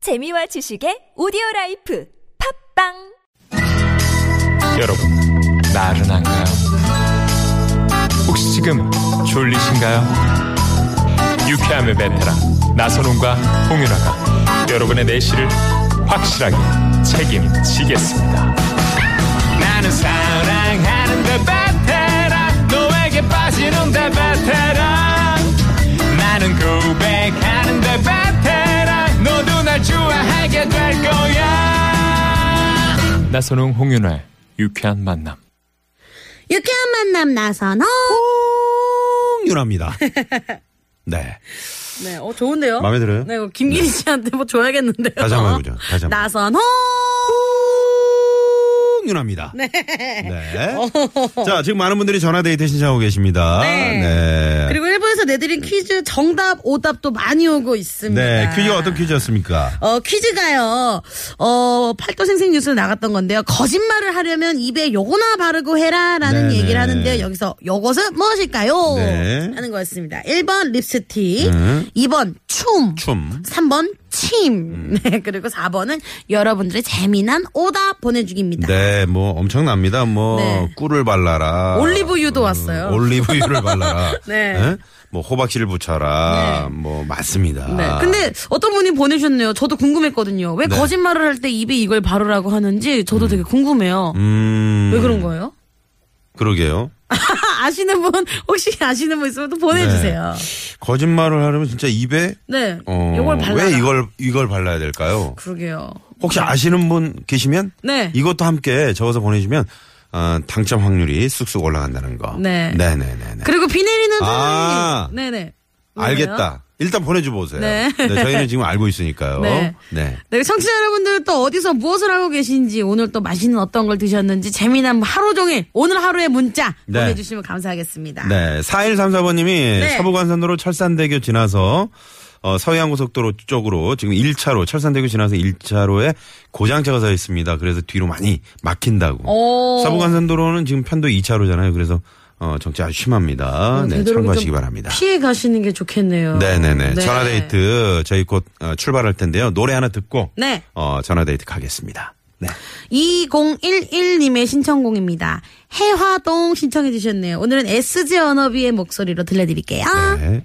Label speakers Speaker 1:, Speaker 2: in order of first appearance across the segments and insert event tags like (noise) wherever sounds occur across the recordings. Speaker 1: 재미와 지식의 오디오 라이프 팝빵
Speaker 2: 여러분, 나른한가요? 혹시 지금 졸리신가요? 유쾌함의 베테랑 나선홍과 홍윤아가 여러분의 내실을 확실하게 책임지겠습니다. 나는 사랑하는데 그 베테랑 너에게 빠지는데 베테랑 나는 고백하는데 그 베테랑 너도 날 좋아하게 될 거야. 나선홍 홍윤아의 유쾌한 만남.
Speaker 3: 유쾌한 만남 나선호. (laughs)
Speaker 4: 유나입니다. 네.
Speaker 3: 네, 어 좋은데요.
Speaker 4: 마음에 들어요?
Speaker 3: 네, 이거 김기리 씨한테 뭐 줘야겠는데요.
Speaker 4: 다시 한번 해보죠. 다시 한번.
Speaker 3: 나선호.
Speaker 4: 유나입니다. 네. 자, 지금 많은 분들이 전화데이트 신청하고 계십니다.
Speaker 3: 어. 네.
Speaker 4: 네.
Speaker 3: 그리고 일부에서 내드린 퀴즈 정답 오답도 많이 오고 있습니다.
Speaker 4: 네, 퀴즈가 어떤 퀴즈였습니까?
Speaker 3: 어, 퀴즈가요. 어, 팔도 생생 뉴스에 나갔던 건데요. 거짓말을 하려면 입에 요거나 바르고 해라라는
Speaker 4: 네네.
Speaker 3: 얘기를 하는데요. 여기서 요것은 무엇일까요?
Speaker 4: 네.
Speaker 3: 하는 거였습니다. 1번 립스틱,
Speaker 4: 음.
Speaker 3: 2번 춤,
Speaker 4: 춤. 음.
Speaker 3: 3번 침. 네, 그리고 4번은 여러분들의 재미난 오답 보내주기입니다.
Speaker 4: 네, 뭐 엄청납니다. 뭐
Speaker 3: 네.
Speaker 4: 꿀을 발라라. 음,
Speaker 3: 올리브유도 왔어요.
Speaker 4: 올리브유를 발라라.
Speaker 3: (laughs) 네.
Speaker 4: 예? 뭐 호박씨를 붙여라. 뭐 맞습니다.
Speaker 3: 네. 근데 어떤 분이 보내셨네요. 저도 궁금했거든요.
Speaker 4: 네.
Speaker 3: 왜 거짓말을 할 때 입에 이걸 바르라고 하는지 저도 되게 궁금해요.
Speaker 4: 음.
Speaker 3: 왜 그런 거예요? (laughs)
Speaker 4: 그러게요.
Speaker 3: 아, 아시는 분 혹시 아시는 분 있으면 또
Speaker 4: 네.
Speaker 3: 보내주세요.
Speaker 4: 거짓말을 하려면 진짜 입에
Speaker 3: 네,
Speaker 4: 어,
Speaker 3: 이걸 발라.
Speaker 4: 왜 이걸 이걸 발라야 될까요?
Speaker 3: 그러게요.
Speaker 4: 혹시 아시는 분 계시면
Speaker 3: 네.
Speaker 4: 이것도 함께 적어서 보내주시면 어, 당첨 확률이 쑥쑥 올라간다는 거.
Speaker 3: 네.
Speaker 4: 네, 네, 네. 네.
Speaker 3: 그리고 비 내리는 소리.
Speaker 4: 아.
Speaker 3: 네네. 뭐예요?
Speaker 4: 알겠다. 일단 보내줘 보세요.
Speaker 3: 네.
Speaker 4: 저희는 지금 알고 있으니까요.
Speaker 3: 네.
Speaker 4: 네.
Speaker 3: 네, 청취자 여러분들 또 어디서 무엇을 하고 계신지 오늘 또 맛있는 어떤 걸 드셨는지 재미난 하루 종일 오늘 하루의 문자
Speaker 4: 네.
Speaker 3: 보내주시면 감사하겠습니다.
Speaker 4: 네. 4134번님이
Speaker 3: 네.
Speaker 4: 서부관선도로 철산대교 지나서 어, 서해안고속도로 쪽으로 지금 1차로 철산대교 지나서 1차로에 고장차가 서 있습니다. 그래서 뒤로 많이 막힌다고.
Speaker 3: 오.
Speaker 4: 서부간선도로는 지금 편도 2차로잖아요. 그래서 어, 정체 아주 심합니다. 네,
Speaker 3: 어, 되도록이면
Speaker 4: 참고하시기
Speaker 3: 좀
Speaker 4: 바랍니다.
Speaker 3: 피해 가시는 게 어, 좋겠네요.
Speaker 4: 네네네. 전화데이트 저희 곧 어, 출발할 텐데요. 노래 하나 듣고
Speaker 3: 네.
Speaker 4: 어, 전화데이트 가겠습니다. 네.
Speaker 3: 2011님의 신청곡입니다. 해화동 신청해 주셨네요. 오늘은 SG 언어비의 목소리로 들려드릴게요.
Speaker 4: 네.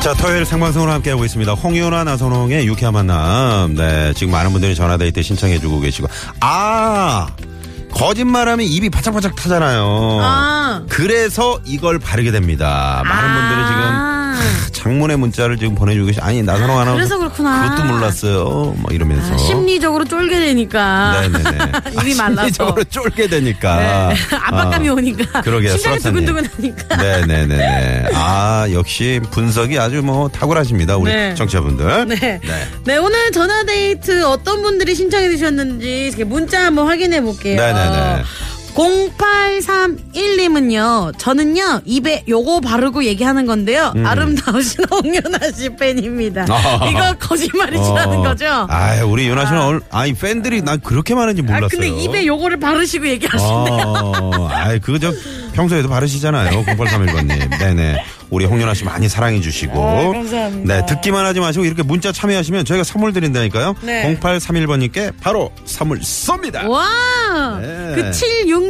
Speaker 4: 자, 토요일 생방송으로 함께하고 있습니다. 홍윤아 나선홍의 유쾌한 만남. 네, 지금 많은 분들이 전화데이트 신청해주고 계시고. 아! 거짓말하면 입이 바짝바짝 타잖아요.
Speaker 3: 아.
Speaker 4: 그래서 이걸 바르게 됩니다. 많은 분들이 지금
Speaker 3: 지금
Speaker 4: 장문의 문자를 지금 보내주고 계시 아니 나선홍 아나운서
Speaker 3: 그래서 그렇구나. 아,
Speaker 4: 것도 몰랐어요 막 이러면서
Speaker 3: 심리적으로 쫄게 되니까 (laughs)
Speaker 4: 네네네
Speaker 3: 아,
Speaker 4: 아,
Speaker 3: 입이 말라서. 네.
Speaker 4: 심리적으로 쫄게 되니까
Speaker 3: 압박감이
Speaker 4: 아,
Speaker 3: 오니까
Speaker 4: 그러게요,
Speaker 3: 심장이
Speaker 4: 수락사님.
Speaker 3: 두근두근하니까.
Speaker 4: 네네네네 아 역시 분석이 아주 뭐 탁월하십니다 우리
Speaker 3: 네.
Speaker 4: 청취자분들
Speaker 3: 네.
Speaker 4: 네.
Speaker 3: 네, 오늘 전화데이트 어떤 분들이 신청해 주셨는지 이렇게 문자 한번 확인해 볼게요.
Speaker 4: 네네네.
Speaker 3: 0831님은요, 저는요, 입에 요거 바르고 얘기하는 건데요. 아름다우신 홍윤아 씨 팬입니다.
Speaker 4: 음. 아.
Speaker 3: 이거 거짓말이시라는
Speaker 4: 어,
Speaker 3: 거죠? 아,
Speaker 4: 아이, 우리 윤아 씨는 얼, 아이 팬들이 난 그렇게 많은지 몰랐어요
Speaker 3: 근데 입에 요거를 바르시고 얘기하시네.
Speaker 4: 어, 아이, 그거 저 평소에도 바르시잖아요. 0831번님. 네네. 우리 홍윤아 씨 많이 사랑해 주시고.
Speaker 3: 아, 감사합니다.
Speaker 4: 네, 듣기만 하지 마시고 이렇게 문자 참여하시면 저희가 선물 드린다니까요.
Speaker 3: 네.
Speaker 4: 0831번님께 바로 선물 쏩니다.
Speaker 3: 와!
Speaker 4: 네.
Speaker 3: 그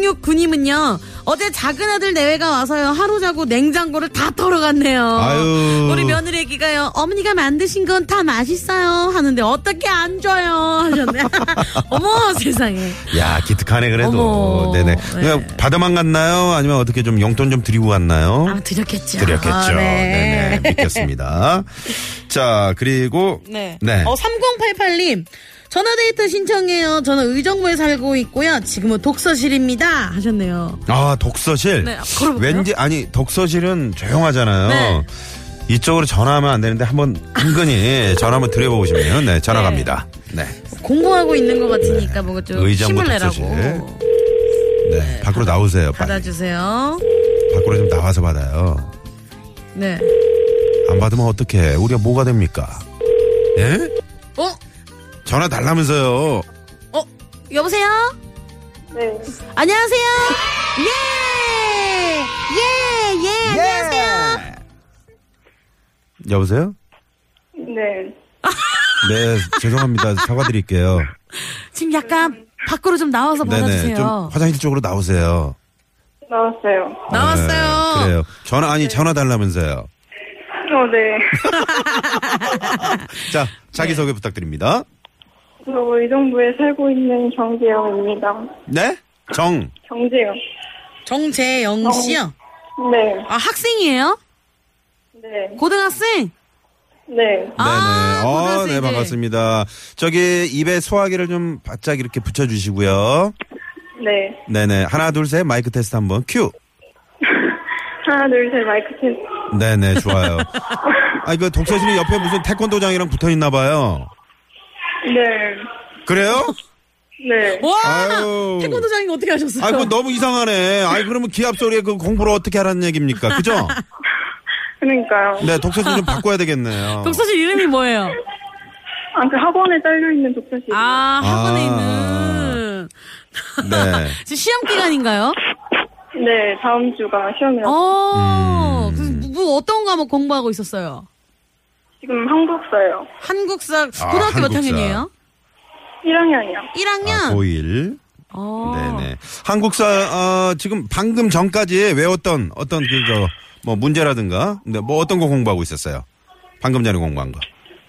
Speaker 3: 7669님은요, 어제 작은 아들 내외가 와서요, 하루 자고 냉장고를 다 털어갔네요.
Speaker 4: 아유.
Speaker 3: 우리 며느리 애기가요, 어머니가 만드신 건 다 맛있어요. 하는데, 어떻게 안 줘요? 하셨네. (laughs) 어머, 세상에.
Speaker 4: 야, 기특하네, 그래도.
Speaker 3: 어머.
Speaker 4: 네네.
Speaker 3: 네.
Speaker 4: 그냥 바다만 갔나요? 아니면 어떻게 좀 용돈 좀 드리고 갔나요?
Speaker 3: 아, 드렸겠죠.
Speaker 4: 드렸겠죠.
Speaker 3: 아,
Speaker 4: 네. 네
Speaker 3: (laughs)
Speaker 4: 믿겠습니다. 자, 그리고.
Speaker 3: 네.
Speaker 4: 네.
Speaker 3: 어, 3088님. 전화데이트 신청해요. 저는 의정부에 살고 있고요. 지금은 독서실입니다. 하셨네요.
Speaker 4: 아 독서실.
Speaker 3: 네, 걸어볼까요?
Speaker 4: 왠지 아니 독서실은 조용하잖아요.
Speaker 3: 네.
Speaker 4: 이쪽으로 전화하면 안 되는데 한번 은근히 전화 한번 드려보시면 네 전화
Speaker 3: 네.
Speaker 4: 갑니다. 네.
Speaker 3: 공부하고 있는 것 같으니까 뭔가 좀
Speaker 4: 의정부
Speaker 3: 힘을 내라고
Speaker 4: 독서실. 네. 밖으로 나오세요. 빨리.
Speaker 3: 받아주세요.
Speaker 4: 밖으로 좀 나와서 받아요.
Speaker 3: 네.
Speaker 4: 안 받으면 어떡해. 우리가 뭐가 됩니까? 예?
Speaker 3: 어?
Speaker 4: 전화 달라면서요.
Speaker 3: 어? 여보세요?
Speaker 5: 네.
Speaker 3: 안녕하세요. 예! 예! 예! 안녕하세요.
Speaker 4: 여보세요?
Speaker 5: 네.
Speaker 4: 네, 죄송합니다. (laughs) 사과드릴게요.
Speaker 3: 지금 약간 밖으로 좀 나와서
Speaker 4: 네네. 좀
Speaker 3: 어, 받아주세요.
Speaker 4: 화장실 쪽으로 나오세요.
Speaker 5: 나왔어요.
Speaker 3: 나왔어요.
Speaker 4: 네, 그래요. 전화, 아니, 전화 달라면서요.
Speaker 5: 어, 네.
Speaker 4: 자,
Speaker 3: 네.
Speaker 4: 자기소개 부탁드립니다.
Speaker 5: 저 의정부에 살고 있는 정재영입니다.
Speaker 4: 네? 정.
Speaker 5: 정재영.
Speaker 3: 정재영 씨요.
Speaker 5: 네.
Speaker 3: 아, 학생이에요?
Speaker 5: 네.
Speaker 3: 고등학생?
Speaker 5: 네.
Speaker 3: 아,
Speaker 4: 네네. 어,
Speaker 3: 고등학생들.
Speaker 4: 네, 반갑습니다. 저기, 입에 소화기를 좀 바짝 이렇게 붙여주시고요.
Speaker 5: 네.
Speaker 4: 네네. 하나, 둘, 셋. 마이크 테스트 한 번. 큐.
Speaker 5: 하나, 둘, 셋, 마이크 테스트.
Speaker 3: (laughs)
Speaker 4: 네네, 좋아요. 아, 이거 독서실이 옆에 무슨 태권도장이랑 붙어 있나 봐요.
Speaker 5: 네.
Speaker 4: 그래요?
Speaker 5: 네.
Speaker 3: 와!
Speaker 4: 아유.
Speaker 3: 태권도장인 거 어떻게 하셨어요?
Speaker 4: 아이, 그 너무 이상하네. 아이, 그러면 기합 소리에 그 공부를 어떻게 하라는 얘기입니까? 그죠?
Speaker 5: 그러니까요.
Speaker 4: 네, 독서실 좀 바꿔야 되겠네요.
Speaker 3: 독서실 이름이 뭐예요?
Speaker 5: 아, 그 학원에 딸려있는 독서실.
Speaker 3: 아, 학원에
Speaker 4: 아.
Speaker 3: 있는.
Speaker 4: 네.
Speaker 3: 지금 시험 기간인가요?
Speaker 5: 네. 다음 주가 시험이라서.
Speaker 3: 어, 그래서
Speaker 4: 음.
Speaker 3: 뭐 어떤 과목 공부하고 있었어요?
Speaker 5: 지금 한국사요.
Speaker 3: 한국사,
Speaker 4: 아,
Speaker 3: 고등학교 몇
Speaker 4: 한국사.
Speaker 3: 학년이에요?
Speaker 5: 1학년이요.
Speaker 3: 1학년?
Speaker 4: 아, 고1.
Speaker 3: 어.
Speaker 4: 네네. 한국사, 어, 지금 방금 전까지 외웠던 어떤 그, 저, 뭐 문제라든가, 네, 뭐 어떤 거 공부하고 있었어요? 방금 전에 공부한 거.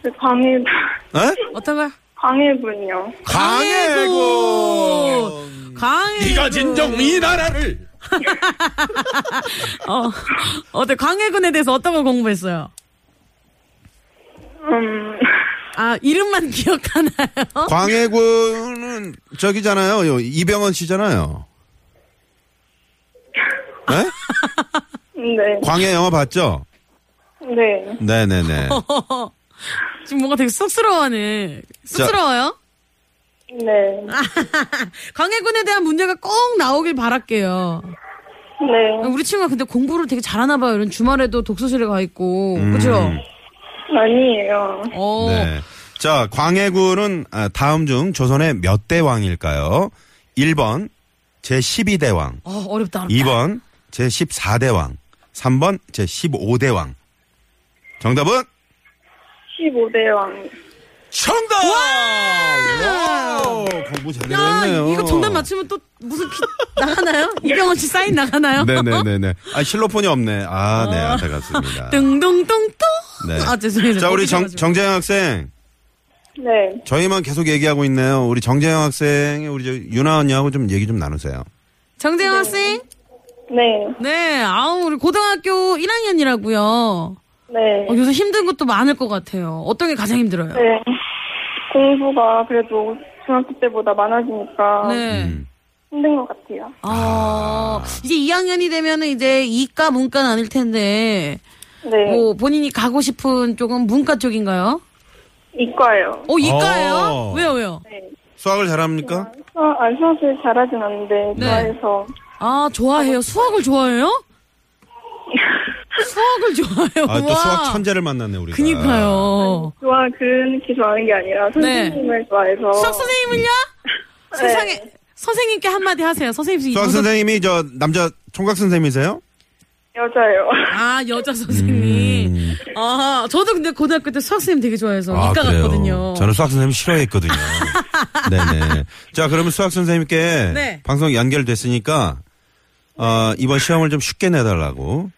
Speaker 5: 그 광해, (laughs)
Speaker 4: 에?
Speaker 3: 어떤 걸?
Speaker 5: 광해분이요.
Speaker 4: 강해군.
Speaker 3: 예, 강해군.
Speaker 2: 이 나라를
Speaker 3: 어, 어때? 강해군에 대해서 어떤 걸 공부했어요?
Speaker 5: 음,
Speaker 3: 아, 이름만 (laughs) 기억하나요?
Speaker 4: 광해군은 저기잖아요. 요 이병헌 씨잖아요. 에?
Speaker 5: 네.
Speaker 4: 광해 영화 봤죠?
Speaker 5: 네.
Speaker 4: 네네네.
Speaker 3: 어. 지금 뭔가 되게 쑥스러워하네. 쑥스러워요?
Speaker 5: 네.
Speaker 3: 강해군에 대한 문제가 꼭 나오길 바랄게요.
Speaker 5: 네.
Speaker 3: 우리 친구가 근데 공부를 되게 잘하나 봐요. 이런 주말에도 독서실에 가 있고. 그죠?
Speaker 5: 아니에요.
Speaker 3: 어.
Speaker 4: 음. 네. 자, 광해군은 아, 다음 중 조선의 몇 대왕일까요? 1번 제12대왕,
Speaker 3: 어, 어렵다. 어렵다.
Speaker 4: 2번 제14대왕, 3번 제15대왕. 정답은
Speaker 5: 15대 왕.
Speaker 2: 정답
Speaker 4: 오, 공부
Speaker 3: 야,
Speaker 4: 잘했네요.
Speaker 3: 이거 정답 맞추면 또 무슨
Speaker 4: (laughs)
Speaker 3: 피 나가나요? 이병헌 씨 사인 나가나요?
Speaker 4: 네네네네. (laughs) 아, 실로폰이 없네. 아, 네, (laughs) 안타깝습니다.
Speaker 3: 둥둥둥둥.
Speaker 4: 네.
Speaker 3: 아, 죄송해요.
Speaker 4: 자, 우리 정,
Speaker 3: 거기서
Speaker 4: 정재영 학생.
Speaker 5: 네.
Speaker 4: 저희만 계속 얘기하고 있네요. 우리 정재영 학생이 우리 저 유나 언니하고 좀 얘기 좀 나누세요.
Speaker 3: 정재영 학생?
Speaker 5: 네.
Speaker 3: 네, 아우, 우리 고등학교 1학년이라고요. 어,
Speaker 5: 네.
Speaker 3: 요새 힘든 것도 많을 것 같아요. 어떤 게 가장 힘들어요?
Speaker 5: 네. 공부가 그래도 중학교 때보다 많아지니까
Speaker 3: 네.
Speaker 4: 음.
Speaker 5: 힘든 것 같아요.
Speaker 3: 아, 이제 2학년이 되면은 이제 이과 문과는 아닐 텐데,
Speaker 5: 네.
Speaker 3: 뭐, 본인이 가고 싶은 쪽은 문과 쪽인가요?
Speaker 5: 이과요.
Speaker 3: 어, 이과예요?
Speaker 4: 어.
Speaker 3: 왜요, 왜요?
Speaker 5: 네.
Speaker 4: 수학을 잘합니까?
Speaker 5: 수학, 아, 수학을 잘하진 않는데
Speaker 3: 네.
Speaker 5: 이과에서
Speaker 3: 아, 좋아해요. 수학을
Speaker 5: (laughs)
Speaker 3: 좋아해요? 수학을 좋아해요.
Speaker 4: 아, 또
Speaker 3: 와.
Speaker 4: 수학 천재를 만났네, 우리가.
Speaker 3: 그니까요.
Speaker 5: 좋아 그런 게 좋아하는 게 아니라
Speaker 3: 네.
Speaker 5: 선생님을 좋아해서
Speaker 3: 수학 선생님을요? 세상에. 선생님께 한마디 하세요. 선생님.
Speaker 4: 수학
Speaker 3: 무슨-
Speaker 4: 선생님이 저 남자 총각 선생님이세요?
Speaker 5: 여자예요. (laughs)
Speaker 3: 아, 여자 선생님.
Speaker 4: 음.
Speaker 3: 아, 저도 근데 고등학교 때 수학 선생님 되게 좋아해서 이과 갔거든요.
Speaker 4: 어, 저는 수학 선생님 (laughs) 싫어했거든요. 네네. 자, 그러면 수학 선생님께
Speaker 3: 네.
Speaker 4: 방송 연결됐으니까 어, 이번 시험을 좀 쉽게 내달라고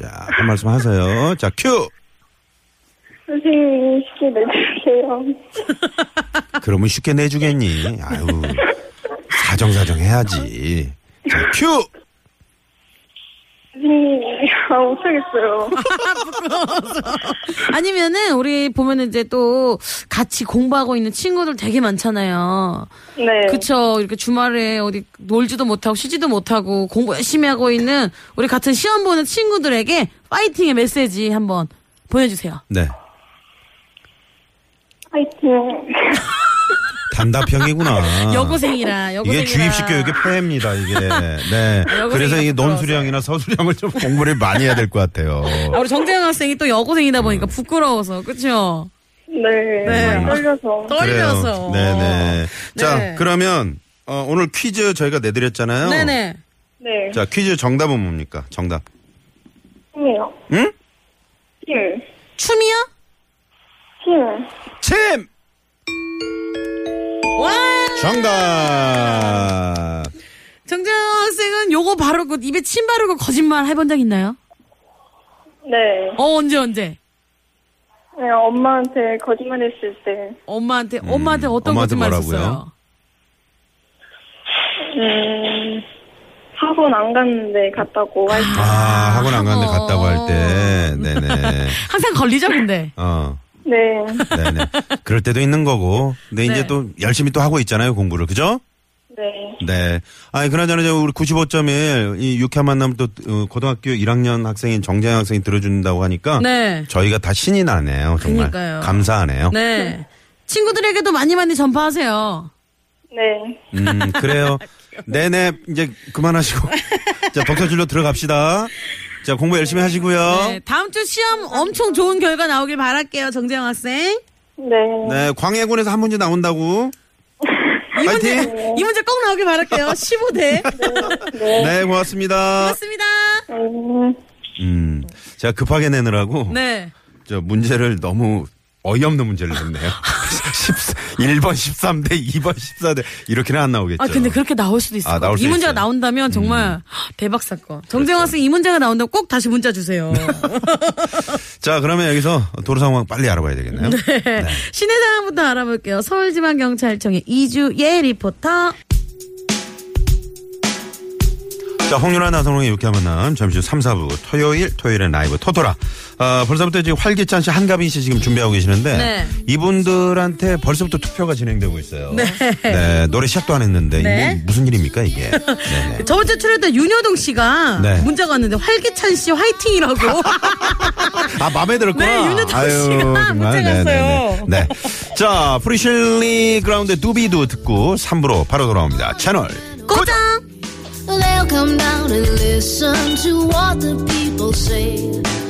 Speaker 4: 자, 한 말씀 하세요. 자, 큐!
Speaker 5: 선생님이 쉽게 내주세요.
Speaker 4: 그러면 쉽게 내주겠니? 아유, 사정사정 해야지. 자, 큐!
Speaker 5: 선생님이 아 못하겠어요.
Speaker 3: 아니면은 우리 보면은 이제 또 같이 공부하고 있는 친구들 되게 많잖아요.
Speaker 5: 네.
Speaker 3: (laughs) 그쵸. 이렇게 주말에 어디 놀지도 못하고 쉬지도 못하고 공부 열심히 하고 있는 우리 같은 시험 보는 친구들에게 파이팅의 메시지 한번 보내주세요.
Speaker 4: 네.
Speaker 5: 파이팅.
Speaker 4: 단답형이구나.
Speaker 3: 여고생이라 여고생이라
Speaker 4: 아. 이게 주입식 교육의 폐해입니다, 이게. 네.
Speaker 3: 여고생이
Speaker 4: 그래서 이
Speaker 3: 부끄러워서.
Speaker 4: 논술형이나 서술형을 좀 공부를 많이 해야 될 것 같아요.
Speaker 3: 아, 우리 정재영 학생이 또 여고생이다 보니까 부끄러워서 그렇죠.
Speaker 5: 네.
Speaker 3: 네.
Speaker 5: 많이 떨려서.
Speaker 3: 떨려서.
Speaker 4: 네네. 자,
Speaker 3: 네.
Speaker 4: 그러면, 어, 오늘 퀴즈 저희가 내드렸잖아요.
Speaker 3: 네네.
Speaker 5: 네.
Speaker 4: 자, 퀴즈 정답은 뭡니까? 정답.
Speaker 5: 힘이요.
Speaker 4: 응?
Speaker 5: 힘.
Speaker 3: 춤이요?
Speaker 5: 힘.
Speaker 4: 침!
Speaker 3: 와!
Speaker 4: 정답!
Speaker 3: 정재영 학생은 요거 바르고 입에 침 바르고 거짓말 해본 적 있나요?
Speaker 5: 네.
Speaker 3: 어 언제 언제?
Speaker 5: 네, 엄마한테 거짓말 했을 때.
Speaker 3: 엄마한테 엄마한테 어떤
Speaker 4: 음, 엄마한테
Speaker 3: 거짓말
Speaker 4: 뭐라고요?
Speaker 3: 했었어요?
Speaker 5: 음, 학원 안 갔는데 갔다고 할 때.
Speaker 4: 아, 학원 안 갔는데 갔다고 할 때. 네네.
Speaker 3: 항상 걸리죠 근데.
Speaker 4: 어.
Speaker 5: 네.
Speaker 4: 네네. 그럴 때도 있는 거고. 근데
Speaker 3: 네.
Speaker 4: 이제 또 열심히 또 하고 있잖아요, 공부를. 그죠?
Speaker 5: 네.
Speaker 4: 네. 아니, 그나저나 이제 우리 95.1, 이 유쾌한 만남 또, 어, 고등학교 1학년 학생인 정재영 학생이 들어준다고 하니까.
Speaker 3: 네.
Speaker 4: 아, 저희가 다 신이 나네요, 정말.
Speaker 3: 그러니까요.
Speaker 4: 감사하네요.
Speaker 3: 네. 친구들에게도 많이 많이 전파하세요.
Speaker 5: 네.
Speaker 4: 음,
Speaker 3: (laughs)
Speaker 4: 그래요. 네네, 이제 그만하시고. 자, 벅터질로 들어갑시다. 자, 공부 열심히 하시고요.
Speaker 3: 네, 다음 주 시험 엄청 좋은 결과 나오길 바랄게요, 정재영 학생.
Speaker 5: 네.
Speaker 4: 네, 광해군에서 한 문제 나온다고.
Speaker 3: 이 문제,
Speaker 4: 파이팅! 어.
Speaker 3: 이 문제 꼭 나오길 바랄게요.
Speaker 4: (laughs)
Speaker 3: 15대.
Speaker 4: 네, 고맙습니다.
Speaker 3: 고맙습니다.
Speaker 5: 음,
Speaker 4: 음, 제가 급하게 내느라고.
Speaker 3: 네.
Speaker 4: 저 문제를 너무 어이없는 문제를 냈네요. (laughs) 1번 13대, 2번 14대. 이렇게는 안 나오겠죠.
Speaker 3: 아, 근데 그렇게 나올 수도 있을
Speaker 4: 아,
Speaker 3: 것
Speaker 4: 나올
Speaker 3: 같아요. 이
Speaker 4: 수
Speaker 3: 문제가
Speaker 4: 있어요. 음. 그렇죠.
Speaker 3: 나온다면 정말 대박 사건. 정재영 학생 이 문제가 나온다면 꼭 다시 문자 주세요.
Speaker 4: 자, 그러면 여기서 도로 상황 빨리 알아봐야 되겠네요.
Speaker 3: (laughs) 시내 상황부터 알아볼게요. 서울지방경찰청의 이주예 리포터.
Speaker 4: 자, 홍윤아 나선홍의 유쾌한 만남 잠시 후 3, 4부 토요일 토요일엔 라이브 토토라 아, 벌써부터 지금 활기찬 씨 한가빈 씨 지금 준비하고 계시는데
Speaker 3: 네.
Speaker 4: 이분들한테 벌써부터 투표가 진행되고 있어요.
Speaker 3: 네.
Speaker 4: 네, 노래 시작도 안 했는데
Speaker 3: 네.
Speaker 4: 뭐, 무슨 일입니까
Speaker 3: (laughs)
Speaker 4: 이게. 네네.
Speaker 3: 저번 주에 출연했던 윤여동 씨가
Speaker 4: 네.
Speaker 3: 문자가 왔는데 활기찬 씨
Speaker 4: (laughs)
Speaker 3: 화이팅이라고.
Speaker 4: 아 마음에 들었구나.
Speaker 3: 네, 윤여동 씨가 문자
Speaker 4: 네네네.
Speaker 3: 갔어요.
Speaker 4: 네.
Speaker 3: (laughs)
Speaker 4: 자 프리실리 그라운드 두비두 듣고 3부로 바로 돌아옵니다. 채널
Speaker 3: 고장!
Speaker 6: They'll come down and listen to what the people say.